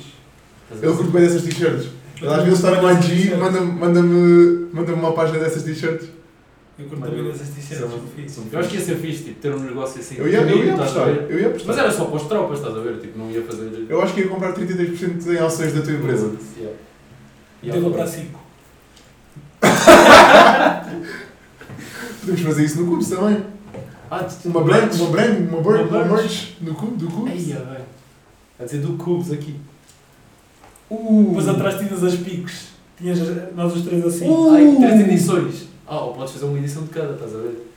Speaker 3: Estás a
Speaker 4: Eu
Speaker 3: ver?
Speaker 4: curto bem dessas t-shirts. Ela Às vezes está no IG, manda-me manda manda uma página dessas t-shirts.
Speaker 2: Eu curto também dessas t-shirts,
Speaker 4: São-
Speaker 2: é fixe.
Speaker 3: Eu acho que ia ser fixe, tipo, ter um negócio assim.
Speaker 4: Eu ia, eu ia
Speaker 3: pequenino, estás a
Speaker 4: apostar,
Speaker 3: ver?
Speaker 4: eu ia
Speaker 3: Mas
Speaker 4: apostar.
Speaker 3: era só para as tropas, estás a ver? Tipo, não ia fazer.
Speaker 4: Eu acho que ia comprar 33% em ações da tua empresa.
Speaker 3: Yeah. Yeah,
Speaker 2: Devo
Speaker 3: pá.
Speaker 2: para 5.
Speaker 4: Podemos fazer isso no Cubes também.
Speaker 3: Ah, tu-
Speaker 4: Uma
Speaker 3: tu-
Speaker 4: brand, uma brand, uma, bird,
Speaker 3: Uma
Speaker 4: uma
Speaker 3: merch. é.
Speaker 4: merch no Cubes, do Cubes.
Speaker 3: Eia, velho. A dizer do Cubes aqui.
Speaker 4: Uh,
Speaker 2: Depois atrás tinhas as picos. Tinhas as- nós os três assim.
Speaker 4: Uh!
Speaker 3: Ai, três edições. Ah, ou podes fazer uma edição de cada, estás a ver?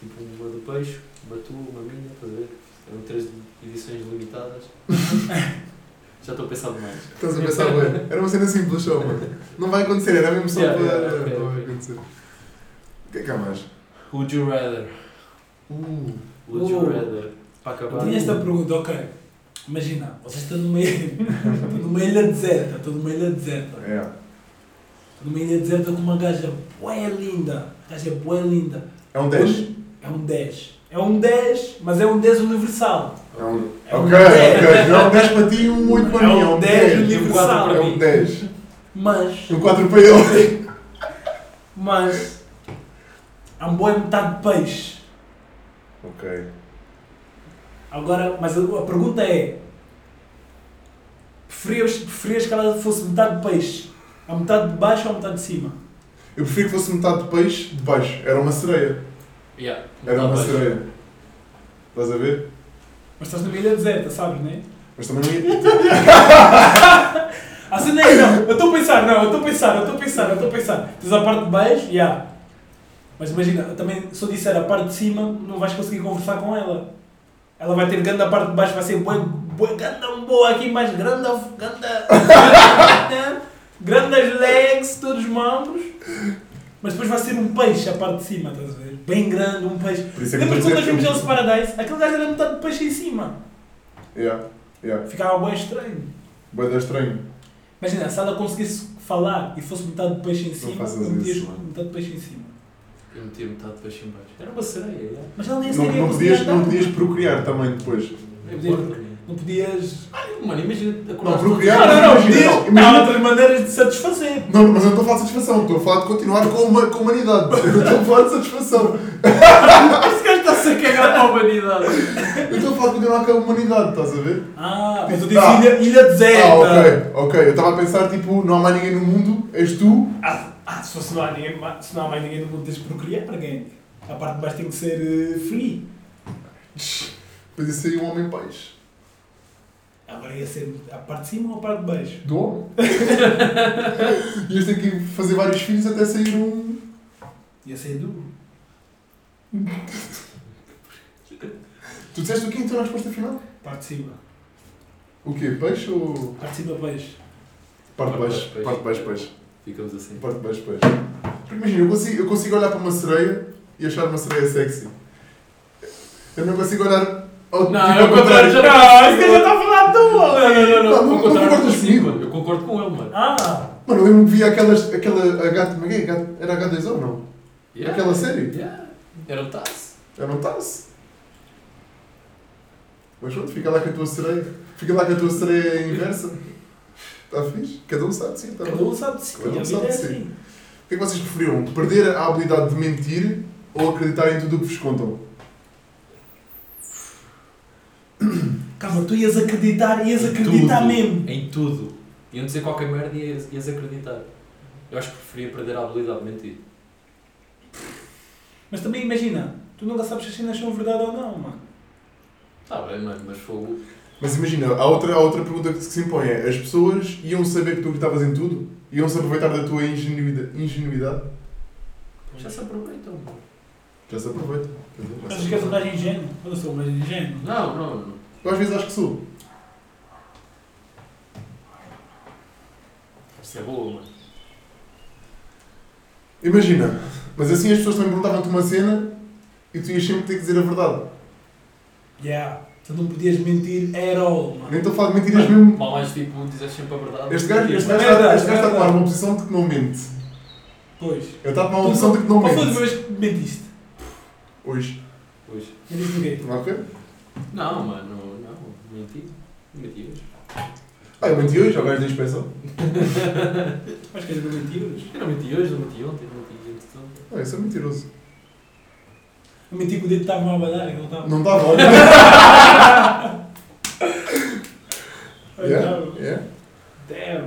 Speaker 3: Tipo, uma do peixe, uma tua, uma minha, estás a ver? Eram três edições limitadas. Já estou a pensar demais.
Speaker 4: Estás a pensar, bem. Era uma cena simples só, mano. Não vai acontecer, era mesmo só
Speaker 3: Yeah,
Speaker 4: para.
Speaker 3: yeah, ok,
Speaker 4: não vai
Speaker 3: ok.
Speaker 4: acontecer. O que é que há mais?
Speaker 3: Would you rather?
Speaker 4: Uh,
Speaker 3: Would you
Speaker 2: Oh.
Speaker 3: rather? Para acabar.
Speaker 2: Eu tinha esta pergunta, ok. Imagina, vocês estão numa ilha, estão numa ilha deserta, estão numa ilha deserta.
Speaker 4: é.
Speaker 2: Estão numa ilha deserta com uma gaja bué linda. A gaja bué linda.
Speaker 4: É um 10.
Speaker 2: É um 10. É um 10, mas é um 10 universal.
Speaker 4: É um... Ok,
Speaker 2: É um
Speaker 4: ok.
Speaker 2: dez.
Speaker 4: Não é um 10 para ti e um 8 para
Speaker 2: É
Speaker 4: mim. É
Speaker 2: um
Speaker 4: um
Speaker 2: dez
Speaker 4: 10.
Speaker 2: universal.
Speaker 4: É um 10.
Speaker 2: Mas,
Speaker 4: Um 4 para ele.
Speaker 2: mas, há um boé metade de peixe.
Speaker 4: Ok.
Speaker 2: Agora, mas a, a pergunta é: preferias, preferias que ela fosse metade de peixe? A metade de baixo ou a metade de cima?
Speaker 4: Eu prefiro que fosse metade de peixe de baixo. Era uma sereia.
Speaker 3: Yeah,
Speaker 4: Era uma
Speaker 3: metade baixo.
Speaker 4: sereia. Estás a ver?
Speaker 2: Mas estás numa ilha deserta, sabes, não é?
Speaker 4: Mas também não ia.
Speaker 2: Assim não é, não. Eu estou a pensar, não, eu estou a pensar, eu estou a pensar, eu estou a pensar. Tens a parte de baixo, já. Mas imagina, eu também, se eu disser a parte de cima, não vais conseguir conversar com ela. Ela vai ter grande a parte de baixo, vai ser boa, boa, grande um boa aqui, mais grande, grande, grande as legs, todos os membros. Mas depois vai ser um peixe a parte de cima, estás a ver? Bem grande, um peixe.
Speaker 4: Por isso é que
Speaker 2: Lembras quando
Speaker 4: estou
Speaker 2: nós
Speaker 4: a dizer
Speaker 2: vimos
Speaker 4: que-
Speaker 2: Hell's Paradise? Aquele gajo era metade de peixe em cima.
Speaker 4: Yeah. Yeah.
Speaker 2: Ficava bem estranho.
Speaker 4: Bué da estranho.
Speaker 2: Imagina, se ela conseguisse falar e fosse metade de peixe em cima,
Speaker 4: faças
Speaker 2: eu metias
Speaker 4: isso, mano.
Speaker 2: metade de peixe em cima.
Speaker 3: Eu metia metade de peixe em baixo. Era uma sereia, yeah.
Speaker 2: Mas ela nem
Speaker 4: Não,
Speaker 2: sequer
Speaker 4: não,
Speaker 2: conseguia
Speaker 4: podias, não
Speaker 2: andar.
Speaker 4: podias procriar também depois.
Speaker 3: Nem
Speaker 2: Podia-
Speaker 3: porco, nem-
Speaker 2: Não podias.
Speaker 3: Ai, Mano, imagina
Speaker 4: Não,
Speaker 3: acordar
Speaker 4: procriar.
Speaker 2: Ah, não, não, podias.
Speaker 4: imagina, imagina-
Speaker 2: Há outras maneiras de satisfazer.
Speaker 4: Não, mas eu não estou a falar de satisfação, estou a falar de continuar com, uma, com a humanidade. Eu não estou a falar de satisfação.
Speaker 2: Esse gajo está
Speaker 3: Estás a cagar para a humanidade.
Speaker 4: Eu estou a falar de continuar com a humanidade, estás a ver?
Speaker 2: Ah, mas tu dizes
Speaker 4: Ah.
Speaker 2: ilha, ilha deserta.
Speaker 4: Ah, ok, ok. Eu estava a pensar, tipo, não há mais ninguém no mundo, és tu.
Speaker 2: Ah, ah, se fosse não há, ninguém, se não há mais ninguém no mundo, tens de procriar para quem? A parte de baixo tem que ser eh, free.
Speaker 4: Mas isso aí é um homem peixe.
Speaker 2: Agora ia ser a parte de cima ou a parte de baixo?
Speaker 4: Do homem. Ias ter que fazer vários filhos até sair um.
Speaker 2: Ia ser duplo.
Speaker 4: Tu disseste o quê então na resposta final?
Speaker 2: Parte de cima.
Speaker 4: O quê? Peixe ou.
Speaker 2: Parte de cima, peixe.
Speaker 4: Parte de baixo,
Speaker 3: Peixe.
Speaker 4: parte de baixo, peixe.
Speaker 3: Ficamos assim.
Speaker 4: Parte de baixo, peixe. Porque imagina, eu consigo, eu consigo olhar para uma sereia e achar uma sereia sexy. Eu não consigo olhar. Ao, é
Speaker 3: Não, eu contrário já-
Speaker 2: Ah, esse gajo já está a falar de tu,
Speaker 3: Não,
Speaker 2: olha.
Speaker 3: não, não,
Speaker 4: Não, não
Speaker 3: não. Vou contar
Speaker 4: concordas
Speaker 3: consigo.
Speaker 4: comigo.
Speaker 3: Eu concordo com ele, mano.
Speaker 2: Ah,
Speaker 4: Mano, eu lembro que via aquelas, aquela. A gato, como é que é? Gato- Era H2O ou não?
Speaker 3: Yeah.
Speaker 4: Aquela série?
Speaker 3: é Yeah. Era o Taz.
Speaker 4: Era um tasse. Mas pronto, fica lá com a tua sereia. Fica lá com a tua sereia inversa. Está fixe? Cada um sabe, sim. Tá bom.
Speaker 2: cada um sabe de si.
Speaker 4: Cada um
Speaker 2: A vida
Speaker 4: sabe
Speaker 2: é
Speaker 4: de si.
Speaker 2: assim.
Speaker 4: O que é que vocês preferiam? Perder a habilidade de mentir ou acreditar em tudo o que vos contam?
Speaker 2: Calma, tu ias acreditar, ias
Speaker 3: Em
Speaker 2: acreditar
Speaker 3: tudo.
Speaker 2: mesmo.
Speaker 3: Em tudo. Iam dizer qualquer merda e ias, ias acreditar. Eu acho que preferia perder a habilidade de mentir.
Speaker 2: Mas também imagina, tu nunca sabes se as cenas são verdade ou não, mano.
Speaker 3: Tá bem, mano, mas fogo.
Speaker 4: Mas imagina, a outra, a outra pergunta que se impõe é: as pessoas iam saber que tu acreditavas em tudo? Iam se aproveitar da tua ingenuidade? ingenuidade?
Speaker 3: Já se aproveitam, mano.
Speaker 4: Já se aproveita. Quer dizer, já se
Speaker 2: Achas que és um
Speaker 4: aproveita.
Speaker 2: gajo ingênuo? Eu não sou um gajo ingênuo.
Speaker 3: Não, não, não.
Speaker 4: Eu às vezes acho que sou.
Speaker 3: Isso é boa, mano.
Speaker 4: Imagina, mas assim as pessoas também perguntavam-te uma cena e tu ias sempre ter que dizer a verdade.
Speaker 2: Yeah. Tu não podias mentir at all, mano.
Speaker 4: Nem estou a falar de mentiras mesmo.
Speaker 3: Mal mais tipo, dizes sempre a verdade.
Speaker 4: Este gajo, este
Speaker 2: É
Speaker 4: gajo, está,
Speaker 2: verdade,
Speaker 4: este gajo está a
Speaker 2: é
Speaker 4: tomar
Speaker 2: verdade.
Speaker 4: uma posição de que não mente.
Speaker 2: Pois.
Speaker 4: Ele está a tomar uma posição de que não
Speaker 2: Qual foi a
Speaker 4: mente.
Speaker 2: última vez que mentiste?
Speaker 4: Hoje.
Speaker 3: Hoje.
Speaker 2: Mentiste ninguém.
Speaker 4: Ok?
Speaker 3: Não, mano, não. Menti. Menti hoje.
Speaker 4: Ah, eu menti hoje ao gajo da inspeção.
Speaker 2: Acho que és bem mentiroso.
Speaker 3: Eu não menti hoje, não menti ontem, não menti gente toda.
Speaker 4: Ah, isso é mentiroso.
Speaker 2: Eu menti que o dedo estava a badar, que não estava.
Speaker 4: Não dava, olha.
Speaker 2: Olha,
Speaker 4: yeah,
Speaker 2: estava.
Speaker 4: yeah.
Speaker 2: Damn.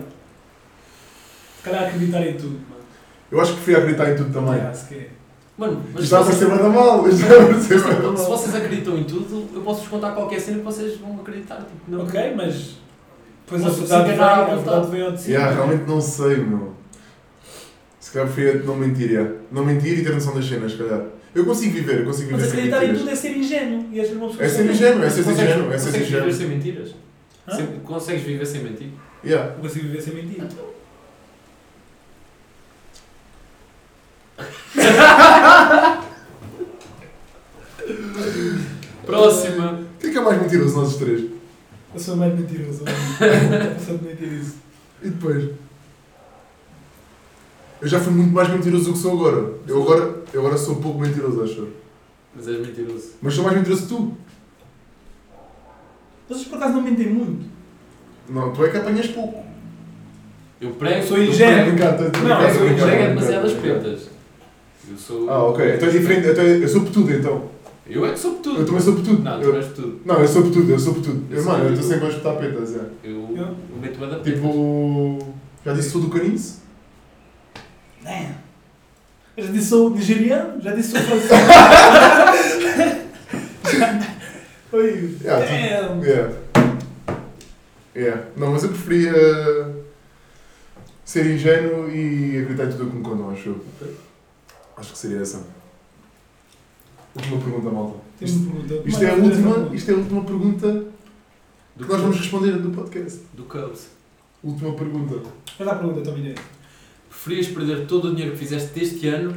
Speaker 2: Se calhar acreditar em tudo, mano.
Speaker 4: Eu acho que preferia acreditar em tudo também.
Speaker 2: Yeah, se quer.
Speaker 3: Mano,
Speaker 4: Isto
Speaker 3: mas
Speaker 4: está a
Speaker 3: se,
Speaker 4: parecer
Speaker 3: vocês,
Speaker 4: nada mal. Isto está a parecer nada
Speaker 3: se
Speaker 4: mal.
Speaker 3: vocês acreditam em tudo, eu posso vos contar qualquer cena que vocês vão acreditar. Tipo, não.
Speaker 2: Ok, mas. Pois a
Speaker 3: Mas se
Speaker 2: verdade vem,
Speaker 3: enganar,
Speaker 2: a
Speaker 3: a
Speaker 2: verdade
Speaker 3: vontade.
Speaker 2: vem ao de cima.
Speaker 4: Yeah, realmente não sei, meu. Se calhar preferia não mentir, yeah. Não mentir e ter noção das cenas, se calhar. Eu consigo viver, eu consigo viver
Speaker 2: Mas
Speaker 4: sem
Speaker 2: acreditar em
Speaker 4: mentiras.
Speaker 2: tudo é ser ingênuo. E és uma pessoa
Speaker 4: É ser
Speaker 2: que-
Speaker 4: ingênuo, é ser
Speaker 3: Consegues-
Speaker 4: ingênuo, é ser
Speaker 3: consegues
Speaker 4: ingênuo.
Speaker 3: viver sem mentiras?
Speaker 2: Hã?
Speaker 3: Sem- consegues viver sem mentir?
Speaker 4: Yeah.
Speaker 2: Não consigo viver sem mentir.
Speaker 3: Próxima!
Speaker 4: O que é que é mais mentiroso nós os três?
Speaker 2: Eu sou mais mentiroso. Eu sou de mentiroso.
Speaker 4: E depois? Eu já fui muito mais mentiroso do que sou agora. Eu agora, eu agora sou um pouco mentiroso, acho. eu.
Speaker 3: Mas és mentiroso.
Speaker 4: Mas sou mais mentiroso que tu.
Speaker 2: Vocês por acaso não mentem muito.
Speaker 4: Não, tu é que apanhas pouco.
Speaker 3: Eu prego.
Speaker 2: Sou
Speaker 3: eu
Speaker 2: ingênuo. É.
Speaker 3: prego-
Speaker 4: Brincar, tô- tô-
Speaker 2: Não,
Speaker 4: tô-
Speaker 3: Eu sou
Speaker 4: tô-
Speaker 3: ingênuo é
Speaker 4: tô-
Speaker 3: demasiadas
Speaker 4: tô-
Speaker 3: pretas. Eu sou.
Speaker 4: Ah, ok. Então é diferente. Então é- eu sou petudo, então.
Speaker 3: Eu é que sou
Speaker 4: Eu
Speaker 3: tudo.
Speaker 4: também sou petudo.
Speaker 3: Não, tu
Speaker 4: eu,
Speaker 3: és tudo.
Speaker 4: não, eu sou petudo, eu sou petudo.
Speaker 3: Eu
Speaker 4: Eu,
Speaker 3: sou
Speaker 4: mano, eu estou
Speaker 3: petudo.
Speaker 4: sempre a espetar petas, é.
Speaker 3: Eu,
Speaker 2: Eu?
Speaker 3: eu meto a da
Speaker 4: Tipo... Já disse tudo o caniço?
Speaker 2: Damn. Eu Já disse sou nigeriano, já disse sou francês.
Speaker 4: É,
Speaker 2: Oi. É,
Speaker 4: Yeah,
Speaker 2: Damn.
Speaker 4: Yeah. Yeah. Não, mas eu preferia eh, ser ingênuo e acreditar em tudo o que me contam, acho eu. Acho que seria essa. Última pergunta, malta.
Speaker 2: Tens
Speaker 4: Isto,
Speaker 2: uma pergunta.
Speaker 4: isto é, a
Speaker 2: Mas,
Speaker 4: última, isto é a última pergunta que
Speaker 3: do,
Speaker 4: nós vamos responder do podcast.
Speaker 3: do Cubs.
Speaker 4: Última pergunta.
Speaker 2: Faz a pergunta também. Diego.
Speaker 3: Preferias perder todo o dinheiro que fizeste deste ano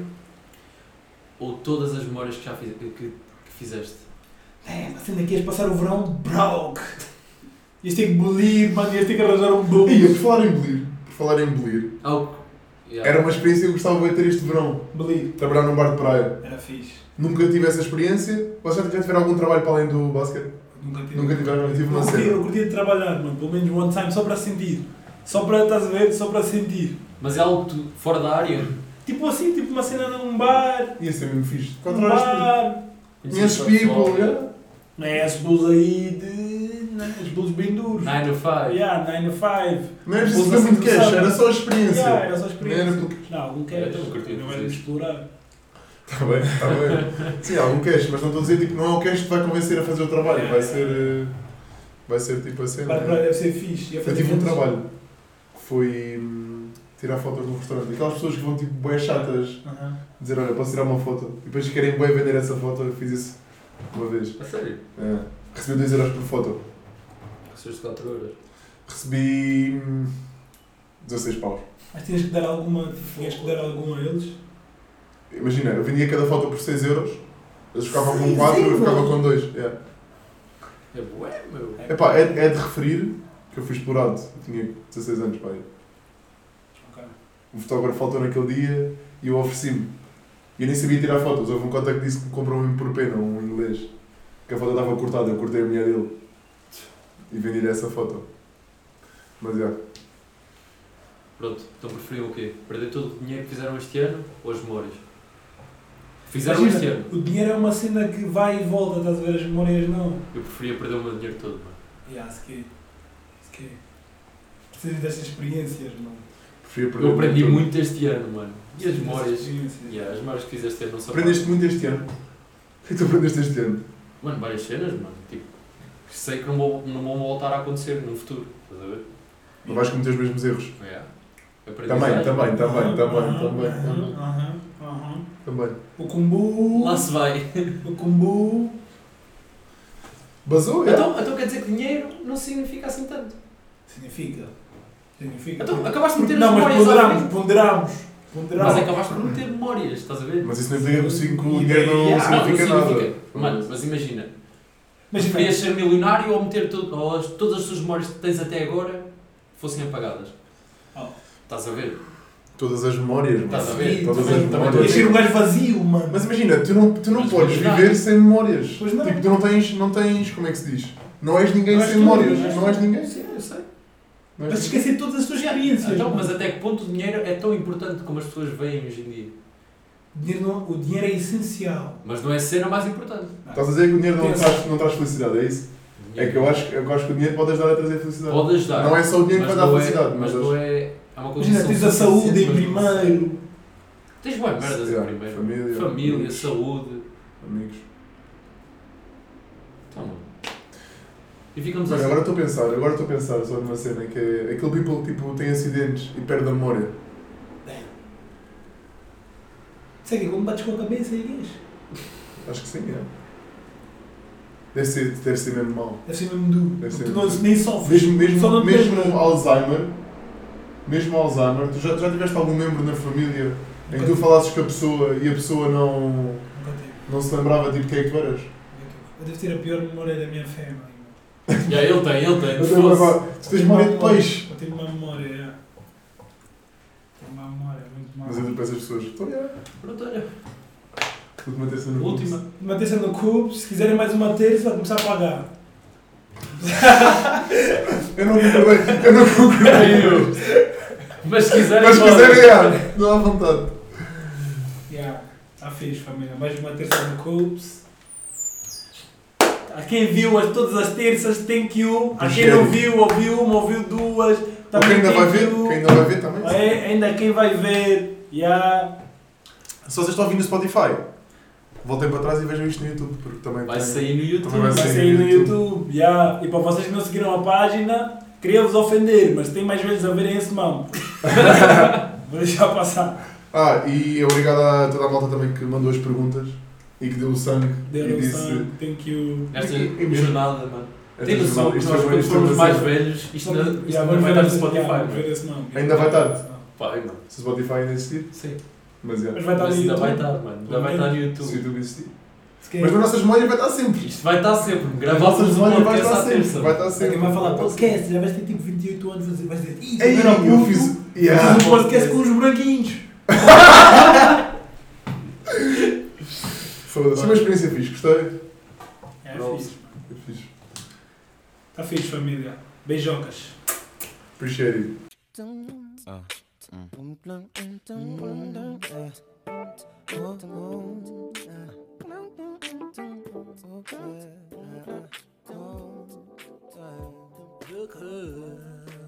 Speaker 3: ou todas as memórias que já fiz- que, que fizeste?
Speaker 2: Damn, assim daqui ias passar o verão broke. Ias ter que bolir, mano, ias ter que arranjar um boom.
Speaker 4: E por falar em Belir, por falar em Belir,
Speaker 3: Ah, o- Yeah.
Speaker 4: era uma experiência que eu gostava de ter este verão.
Speaker 2: Bolir.
Speaker 4: Trabalhar num bar de praia.
Speaker 2: Era fixe.
Speaker 4: Nunca tive essa experiência. Vocês já já tiveram algum trabalho para além do basquete?
Speaker 2: Nunca tive.
Speaker 4: Nunca tiveram, eu tive
Speaker 2: Eu
Speaker 4: uma
Speaker 2: curtia, eu
Speaker 4: cena.
Speaker 2: curtia de trabalhar, mano, pelo menos one time, só para sentir. Só para, estás a ver, só para sentir.
Speaker 4: um-
Speaker 3: Mas é algo tu- fora da área?
Speaker 2: Tipo assim, tipo uma cena num bar,
Speaker 4: Ia ser mesmo fixe.
Speaker 2: num
Speaker 4: 4 horas por
Speaker 2: bar,
Speaker 4: Conheces
Speaker 3: Conheci
Speaker 4: people,
Speaker 3: pessoal,
Speaker 4: yeah.
Speaker 2: Não é esses bulls aí de. Não, os bulls bem
Speaker 4: um-
Speaker 2: duros.
Speaker 3: Nine to five.
Speaker 2: Ah, Yeah, 9 to 5.
Speaker 4: Não era preciso ter muito cash, era só a experiência.
Speaker 2: Yeah, era só
Speaker 4: Não
Speaker 2: experiência.
Speaker 4: era pelo cash.
Speaker 2: Não, algum
Speaker 3: Era
Speaker 2: quer.
Speaker 3: um cartão
Speaker 2: Não era
Speaker 3: de
Speaker 2: de explorar.
Speaker 4: Está Tá bem, está bem. Sim, há algum cash, mas não estou a dizer tipo, não é o cash que te vai convencer a fazer o trabalho, vai ser. eh, Vai ser tipo a cena.
Speaker 2: Para deve ser fixe. Ia
Speaker 4: Eu
Speaker 2: fazer
Speaker 4: tive um
Speaker 2: fotos.
Speaker 4: trabalho que foi hum, tirar fotos num restaurante. Aquelas pessoas que vão tipo bem chatas
Speaker 2: Aham.
Speaker 4: dizer, olha, posso tirar uma foto. E depois querem bem vender essa foto, eu fiz isso uma vez.
Speaker 3: A sério?
Speaker 4: É. Recebi 2 euros por foto.
Speaker 3: Recebeste 4 euros.
Speaker 4: Recebi hum, 16 paus.
Speaker 2: Mas tinhas que dar alguma. Tinhas que dar alguma a eles.
Speaker 4: Imagina, eu vendia cada foto por 6 euros, eles ficavam com
Speaker 2: Seis
Speaker 4: 4 eu ficava
Speaker 2: euros?
Speaker 4: com 2.
Speaker 3: É bué, meu.
Speaker 4: Epá, é, é de referir que eu fui explorado. Eu tinha 16 anos, pai.
Speaker 2: Ok.
Speaker 4: um fotógrafo faltou naquele dia e eu ofereci-me. E eu nem sabia tirar fotos. Houve um contato que disse que me comprou mesmo por pena, um inglês. Que a foto estava cortada, eu cortei a mulher dele. E vendi-lhe essa foto. Mas já.
Speaker 3: Pronto, então preferiam o quê? Perder todo o dinheiro que fizeram este ano ou as memórias? Fizeram
Speaker 2: Imagina,
Speaker 3: este ano.
Speaker 2: O dinheiro é uma cena que vai e volta, estás a ver as memórias não.
Speaker 3: Eu preferia perder o meu dinheiro todo, mano.
Speaker 2: Yeah, se que. Se que. Precisas destas experiências, mano.
Speaker 4: Preferia perder
Speaker 3: Eu aprendi
Speaker 4: tudo.
Speaker 3: muito este ano, mano. E as
Speaker 2: Precisas
Speaker 3: memórias?
Speaker 2: destas experiências.
Speaker 3: Yeah, as memórias que fiz este ano não são.
Speaker 4: Aprendeste muito este ano. O que é que tu aprendeste este ano?
Speaker 3: Mano, várias cenas, mano. Tipo, que sei que não, vou, não vão voltar a acontecer no futuro. Estás a ver?
Speaker 4: Não vais cometer os mesmos erros.
Speaker 3: Yeah.
Speaker 4: Também,
Speaker 3: Aprendizagem.
Speaker 4: É. também, também, também, também,
Speaker 2: Aham,
Speaker 4: também.
Speaker 2: aham, aham.
Speaker 4: também.
Speaker 2: O combo.
Speaker 3: Lá se vai.
Speaker 2: O combo.
Speaker 4: Basou, é?
Speaker 3: Então, então quer dizer que dinheiro não significa assim tanto.
Speaker 2: Significa. Significa.
Speaker 3: Então acabaste de meter as
Speaker 2: não, mas
Speaker 3: memórias à
Speaker 2: ponderamos,
Speaker 3: frente.
Speaker 2: ponderamos. Ponderamos.
Speaker 3: Mas é acabaste por meter memórias, estás a ver?
Speaker 4: Mas isso não implica que o cinco- o dinheiro não
Speaker 2: Yeah, não
Speaker 4: significa nada.
Speaker 3: Mano, mas imagina,
Speaker 2: Mas
Speaker 3: mas preferias ser milionário ou meter tudo, ou as- todas as tuas memórias que tens até agora fossem apagadas?
Speaker 2: Oh.
Speaker 3: Estás a ver?
Speaker 4: Todas as memórias, mano.
Speaker 3: Estás tá a ver?
Speaker 4: Todas as
Speaker 3: Também- também estou a
Speaker 2: Ia
Speaker 4: memórias.
Speaker 3: dizer.
Speaker 2: ser um gajo vazio, mano.
Speaker 4: Mas imagina, tu não, tu não
Speaker 3: Mas
Speaker 4: podes
Speaker 3: pois não.
Speaker 4: viver sem memórias.
Speaker 2: Pois não.
Speaker 4: Tipo, tu não tens, não tens, como é que se diz? Não és ninguém
Speaker 2: Não és
Speaker 4: sem
Speaker 2: tu,
Speaker 4: memórias.
Speaker 2: não és
Speaker 4: Não és ninguém.
Speaker 3: Sim, eu sei.
Speaker 4: Não és
Speaker 2: Mas
Speaker 4: ninguém.
Speaker 2: esquecer todas as tuas experiências.
Speaker 3: Então,
Speaker 2: mano.
Speaker 3: mas até que ponto o dinheiro é tão importante como as pessoas veem hoje em dia?
Speaker 2: O dinheiro não- o dinheiro é essencial.
Speaker 3: Mas não é a cena mais importante.
Speaker 4: Estás Tá a dizer que o dinheiro não
Speaker 2: Pensa.
Speaker 4: traz, não traz felicidade, é isso? É que eu acho, que- eu acho que o dinheiro pode ajudar a trazer felicidade.
Speaker 3: Pode ajudar.
Speaker 4: Não é só o dinheiro que
Speaker 3: mas
Speaker 4: vai dar
Speaker 3: não é-
Speaker 4: felicidade,
Speaker 3: mas
Speaker 4: mas,
Speaker 3: não é. É uma
Speaker 2: Imagina,
Speaker 3: condição
Speaker 2: tens a saúde em
Speaker 3: suficiente, mas- é
Speaker 2: primeiro.
Speaker 3: Tens boas merdas
Speaker 4: Yeah,
Speaker 3: em primeiro.
Speaker 4: família, amigos.
Speaker 3: saúde.
Speaker 4: amigos.
Speaker 3: Então, mano. E ficamos
Speaker 4: Mano,
Speaker 3: assim.
Speaker 4: agora estou a pensar, agora estou a pensar só numa cena que é aquele people tipo tem acidentes e perde a memória.
Speaker 2: Sei que é quando bates com a cabeça irias.
Speaker 4: Acho que sim, é. Deve ser, deve ser mesmo mal.
Speaker 2: Deve ser mesmo duro.
Speaker 4: Deve ser
Speaker 2: Porque tu
Speaker 4: mesmo
Speaker 2: não, nem sofres.
Speaker 4: Mesmo,
Speaker 2: Só
Speaker 4: mesmo,
Speaker 2: não
Speaker 4: mesmo
Speaker 2: lembro.
Speaker 4: Alzheimer, mesmo Alzheimer, tu já, já tiveste algum membro na família em que tu
Speaker 2: Nunca
Speaker 4: falasses com a pessoa e a pessoa não,
Speaker 2: tive, nunca tive, nunca
Speaker 4: não se lembrava tipo quem é que tu eras?
Speaker 2: tive. Eu devo ter a pior memória da minha família. mano.
Speaker 3: Yeah, ele tem, ele tem.
Speaker 4: Eu tenho
Speaker 3: Foda-se.
Speaker 4: agora, tu tens memória de peixe.
Speaker 2: Eu tenho uma memória, é. Tenho uma memória muito má.
Speaker 4: Mas eu depois as pessoas, "Então, é, estou a
Speaker 3: Pronto, olha.
Speaker 4: manter-se no
Speaker 3: Última.
Speaker 2: Uma terça no cubo, se quiserem mais uma terça, vai começar a pagar.
Speaker 4: Eu não concordei, eu não concordei.
Speaker 3: Mas se quiserem.
Speaker 4: Mas se
Speaker 3: podem.
Speaker 4: quiserem, é, não há vontade.
Speaker 2: Yeah, está fixe, família. Mais uma terça no Coops. A quem viu as, todas as terças, thank you. A quem não viu, ouviu uma, ouviu duas.
Speaker 4: Ou quem ainda vai
Speaker 2: thank
Speaker 4: ver,
Speaker 2: you.
Speaker 4: quem ainda vai ver também.
Speaker 2: Tá É, ainda quem vai ver. Yeah.
Speaker 4: Se vocês estão ouvindo no Spotify, voltem para trás e vejam isto no YouTube, porque também
Speaker 3: Vai
Speaker 4: tem-
Speaker 3: sair no YouTube.
Speaker 4: Também
Speaker 2: Vai sair no YouTube. Yeah. E para vocês que não seguiram a página, queria vos ofender, mas tem mais vezes a verem esse mamo. Vou deixar passar.
Speaker 4: Ah, e obrigado a toda a malta também que mandou as perguntas e que deu o sangue
Speaker 2: Deram
Speaker 4: e
Speaker 2: o
Speaker 4: disse.
Speaker 2: sangue, thank you.
Speaker 3: Nesta
Speaker 4: E mesmo.
Speaker 3: jornada, mano.
Speaker 4: Esta
Speaker 3: Tem noção
Speaker 4: jornada-
Speaker 3: que nós,
Speaker 4: isto é uma-
Speaker 3: quando
Speaker 4: isto é uma
Speaker 3: formos mais
Speaker 4: cena.
Speaker 3: velhos, isto não isto
Speaker 2: Yeah,
Speaker 3: não é? vai
Speaker 2: vamos
Speaker 3: estar
Speaker 2: ver
Speaker 3: no
Speaker 2: esse-
Speaker 3: Spotify,
Speaker 2: yeah, vamos
Speaker 3: mano.
Speaker 2: ver esse mamo.
Speaker 4: Ainda vai estar.
Speaker 3: Vai, mano.
Speaker 4: Se o Spotify ainda existir,
Speaker 3: Sim.
Speaker 4: mas é.
Speaker 2: Mas vai estar no
Speaker 3: Mas ainda
Speaker 2: YouTube.
Speaker 3: vai estar, mano. Ainda vai estar no
Speaker 4: Se o
Speaker 3: YouTube.
Speaker 4: YouTube existir.
Speaker 2: Se quer-
Speaker 4: Mas nas nossas memórias vai estar sempre.
Speaker 3: Isto vai estar sempre.
Speaker 4: Nas nossas
Speaker 3: Gravávamos um
Speaker 4: memórias vai
Speaker 3: podcast
Speaker 4: estar
Speaker 3: à
Speaker 4: sempre.
Speaker 3: terça.
Speaker 4: Vai estar sempre.
Speaker 2: Alguém vai falar
Speaker 4: Vai estar
Speaker 2: podcast, já vais ter tipo 28 anos, vais dizer, "Ih,
Speaker 4: sempre. Ei,
Speaker 2: era
Speaker 4: eu
Speaker 2: puto,
Speaker 4: fiz.
Speaker 2: fiz
Speaker 4: Yeah.
Speaker 2: um podcast com os branquinhos.
Speaker 4: Foda-se. Foi uma experiência fixe, gostei.
Speaker 2: É
Speaker 3: Não.
Speaker 2: fixe, mano.
Speaker 4: É Fixe.
Speaker 2: Tá fixe, família. Beijocas.
Speaker 4: Appreciate it.
Speaker 1: Mm. don't, don't, don't, don't, don't, don't, don't,